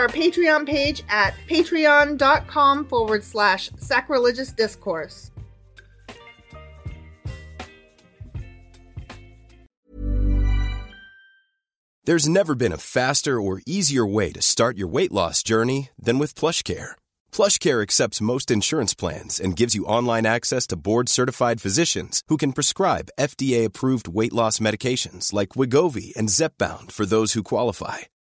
our Patreon page at patreon.com forward slash sacrilegious discourse. There's never been a faster or easier way to start your weight loss journey than with PlushCare. PlushCare accepts most insurance plans and gives you online access to board-certified physicians who can prescribe FDA-approved weight loss medications like Wigovi and Zepbound for those who qualify.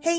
Hey,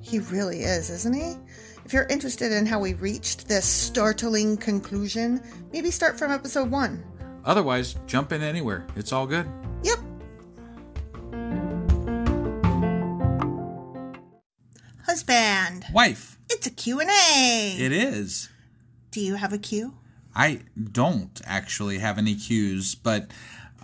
he really is, isn't he? If you're interested in how we reached this startling conclusion, maybe start from episode one. Otherwise, jump in anywhere. It's all good. Yep. Husband, Wife, it's a Q&A. it is. Do you have a Q? I don't actually have any cues, but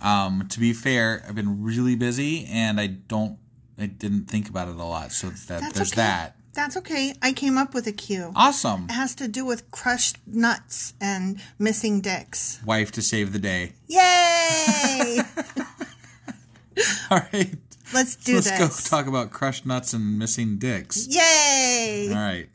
um, to be fair, I've been really busy and I don't, I didn't think about it a lot. So that there's okay. that. That's okay. I came up with a Q. Awesome. It has to do with crushed nuts and missing dicks. Wife to save the day. Yay! All right. Let's do Let's this. go talk about crushed nuts and missing dicks. Yay! All right.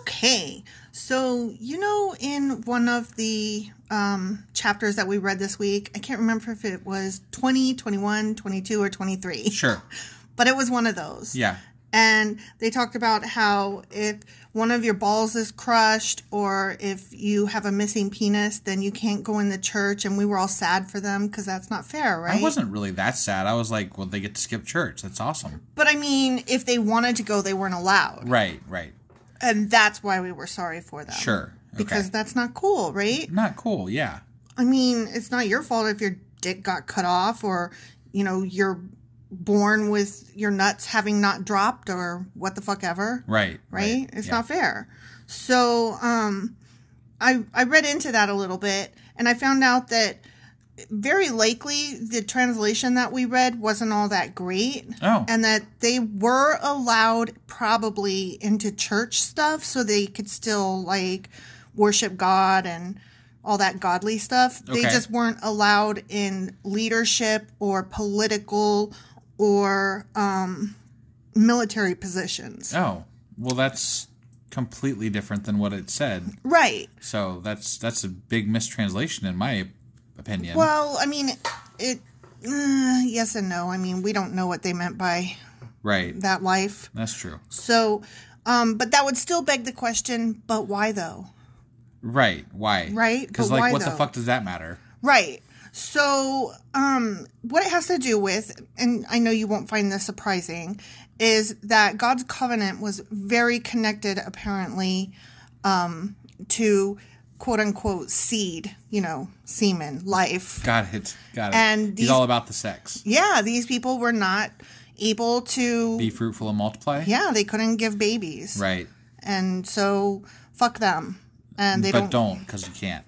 Okay, so you know, in one of the um, chapters that we read this week, I can't remember if it was 20, 21, 22, or 23, Sure. but it was one of those. Yeah. And they talked about how if one of your balls is crushed or if you have a missing penis, then you can't go in the church. And we were all sad for them because that's not fair, right? I wasn't really that sad. I was like, well, they get to skip church. That's awesome. But I mean, if they wanted to go, they weren't allowed. Right, right. And that's why we were sorry for them. Sure. Okay. Because that's not cool, right? Not cool. Yeah. I mean, it's not your fault if your dick got cut off or, you know, your born with your nuts having not dropped or what the fuck ever. Right. Right? It's yeah. not fair. So um I I read into that a little bit and I found out that very likely the translation that we read wasn't all that great. Oh. And that they were allowed probably into church stuff so they could still like worship God and all that godly stuff. They Okay. just weren't allowed in leadership or political or um, military positions. Oh, well, that's completely different than what it said. Right. So that's that's a big mistranslation in my opinion. Well, I mean, it. Uh, yes and no. I mean, we don't know what they meant by right. that life. That's true. So, um, but that would still beg the question, but why though? Right. Why? Right, Because but why like, what though? the fuck does that matter? Right. So, um, what it has to do with, and I know you won't find this surprising, is that God's covenant was very connected, apparently, um, to quote unquote seed, you know, semen, life. Got it. Got it. And these- he's all about the sex. Yeah, these people were not able to. Be fruitful and multiply. yeah, they couldn't give babies. Right. And so, fuck them. And they but don't don't because you can't.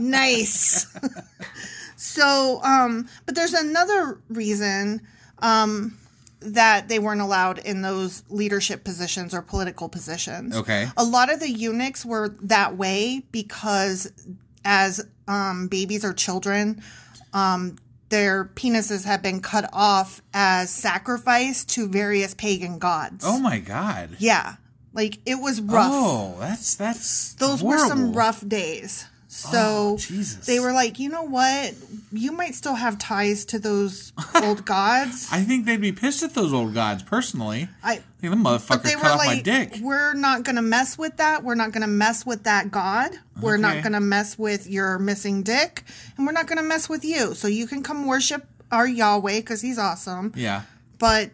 nice. so, um, but there's another reason um, that they weren't allowed in those leadership positions or political positions. Okay. A lot of the eunuchs were that way because as um, babies or children, um, their penises had been cut off as sacrifice to various pagan gods. Oh my god. Yeah. Like it was rough Oh, that's that's those were some horrible. rough days. So Oh, Jesus. they were like, you know what? You might still have ties to those old gods. I think they'd be pissed at those old gods personally. I I think the motherfucker they cut were off my like, dick. we're not gonna mess with that. We're not gonna mess with that god. We're not Okay. gonna mess with your missing dick, and we're not gonna mess with you. So you can come worship our Yahweh because he's awesome. Yeah. But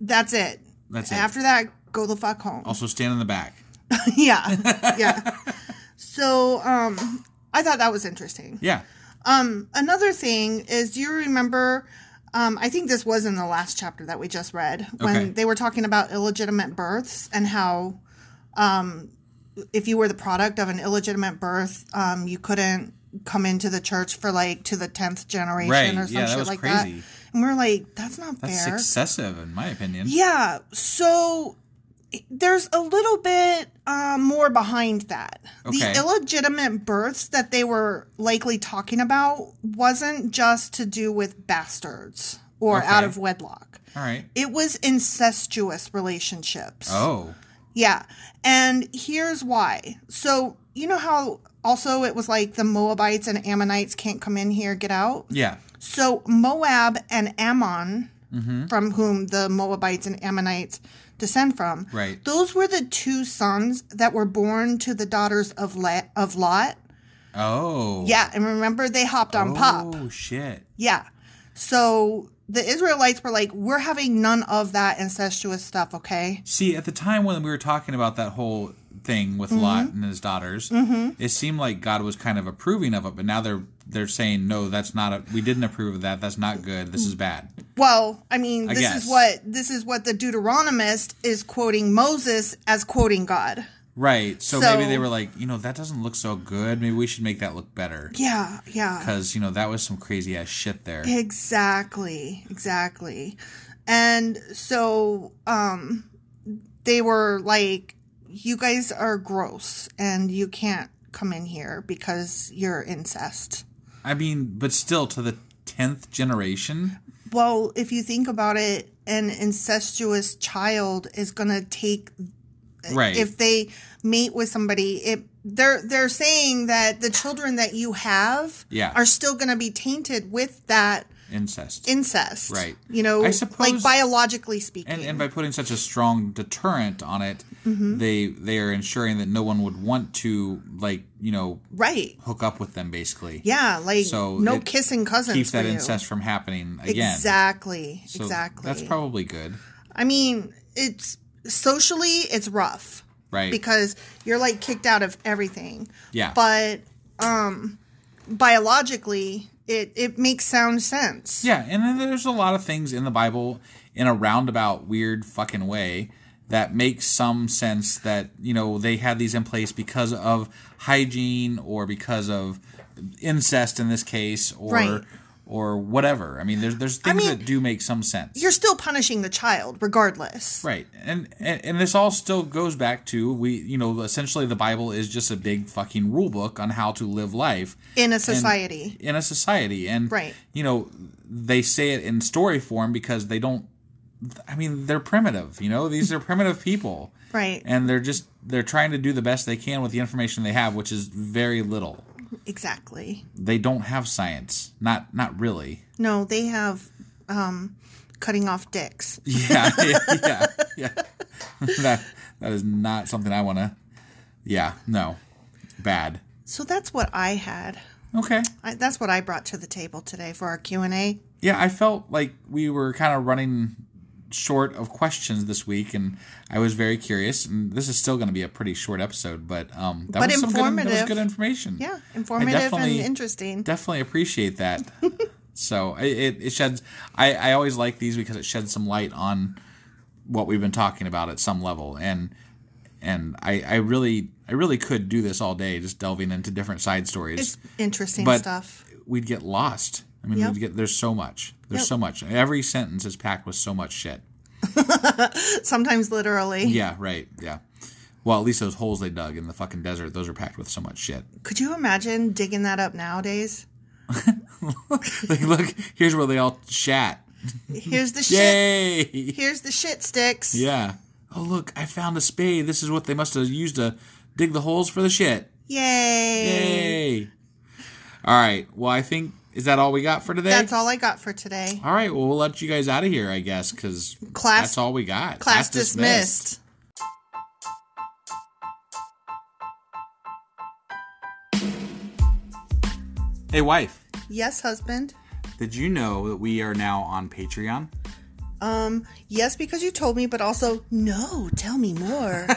that's it. That's it. After that, go the fuck home. Also stand in the back. yeah, yeah. So um, I thought that was interesting. Yeah. Um, another thing is, do you remember? Um, I think this was in the last chapter that we just read when Okay. they were talking about illegitimate births and how, um, if you were the product of an illegitimate birth, um, you couldn't come into the church for like to the tenth generation Right. or some Yeah, that shit was like crazy. that. And we're like, that's not That's fair. excessive in my opinion. Yeah. So there's a little bit uh, more behind that. Okay. The illegitimate births that they were likely talking about wasn't just to do with bastards or out of wedlock. All right. It was incestuous relationships. Oh. Yeah. And here's why. So, you know how also it was like the Moabites and Ammonites can't come in here, get out? Yeah. So Moab and Ammon, Mm-hmm. from whom the Moabites and Ammonites descend from, Right. Those were the two sons that were born to the daughters of La- of Lot. Oh. Yeah, and remember they hopped on pop. Oh shit. Yeah, so the Israelites were like, "We're having none of that incestuous stuff." Okay, See, at the time when we were talking about that whole thing with Mm-hmm. Lot and his daughters, it seemed like God was kind of approving of it, but now they're they're saying no, that's not a, we didn't approve of that. That's not good. Mm. This is bad. Well, I mean, I this guess. is what this is what the Deuteronomist is quoting Moses as quoting God. Right. So, So- maybe they were like, you know, that doesn't look so good. Maybe we should make that look better. Yeah, yeah. Cuz you know, that was some crazy ass shit there. Exactly, exactly. And so um they were like you guys are gross and you can't come in here because you're incest. I mean, but still to the 10th generation? Well, if you think about it, an incestuous child is going to take Right. Uh, if they mate with somebody, it they're they're saying that the children that you have Yeah. are still going to be tainted with that incest. incest. Right. You know, I suppose- like biologically speaking. and, and by putting such a strong deterrent on it, Mm-hmm. they they are ensuring that no one would want to like you know right. hook up with them basically. Yeah, like So no it kissing cousins. Keeps that for you. incest from happening again. Exactly. So exactly. That's probably good, I mean, it's socially it's rough right? because you're like kicked out of everything. yeah, But um biologically it it makes sound sense. Yeah, and then there's a lot of things in the Bible in a roundabout, weird fucking way that makes some sense that, you know, they had these in place because of hygiene or because of incest in this case or Right. or whatever. I mean, there's there's things mean, that do make some sense. You're still punishing the child regardless. Right. And, and and this all still goes back to we you know, essentially the Bible is just a big fucking rule book on how to live life In a society. in a society and Right. you know they say it in story form because they don't i mean they're primitive you know these are primitive people Right. and they're just they're trying to do the best they can with the information they have which is very little exactly. they don't have science not not really No, they have um cutting off dicks. yeah yeah yeah, yeah. that that is not something i want to yeah no bad So that's what I had. okay I, that's what I brought to the table today for our Q&A. yeah, I felt like we were kind of running short of questions this week, and I was very curious. And this is still going to be a pretty short episode, but um, that But was some good, that was informative. good information. Yeah, I informative and definitely- interesting. Definitely appreciate that. so it, it, it sheds. I, I always like these because it sheds some light on what we've been talking about at some level, and and I, I really I really could do this all day, just delving into different side stories It's interesting But- stuff. we'd get lost. I mean, Yep. we'd get there's so much. There's so much. Every sentence is packed with so much shit. Sometimes literally. Yeah, right. Yeah. Well, at least those holes they dug in the fucking desert, those are packed with so much shit. Could you imagine digging that up nowadays? like, look, here's where they all shat. Here's the shit. Yay! Here's the shit sticks. Yeah. Oh, look, I found a spade. This is what they must have used to dig the holes for the shit. Yay. Yay! All right. Well, I think is that all we got for today. That's all I got for today. All right. Well, we'll let you guys out of here, I guess, because Class- that's all we got. Class dismissed. Hey, wife. Yes, husband. Did you know that we are now on Patreon? Um, yes, because you told me, but also, no, tell me more.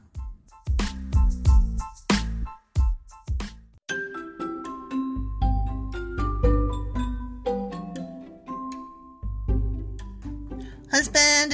Husband,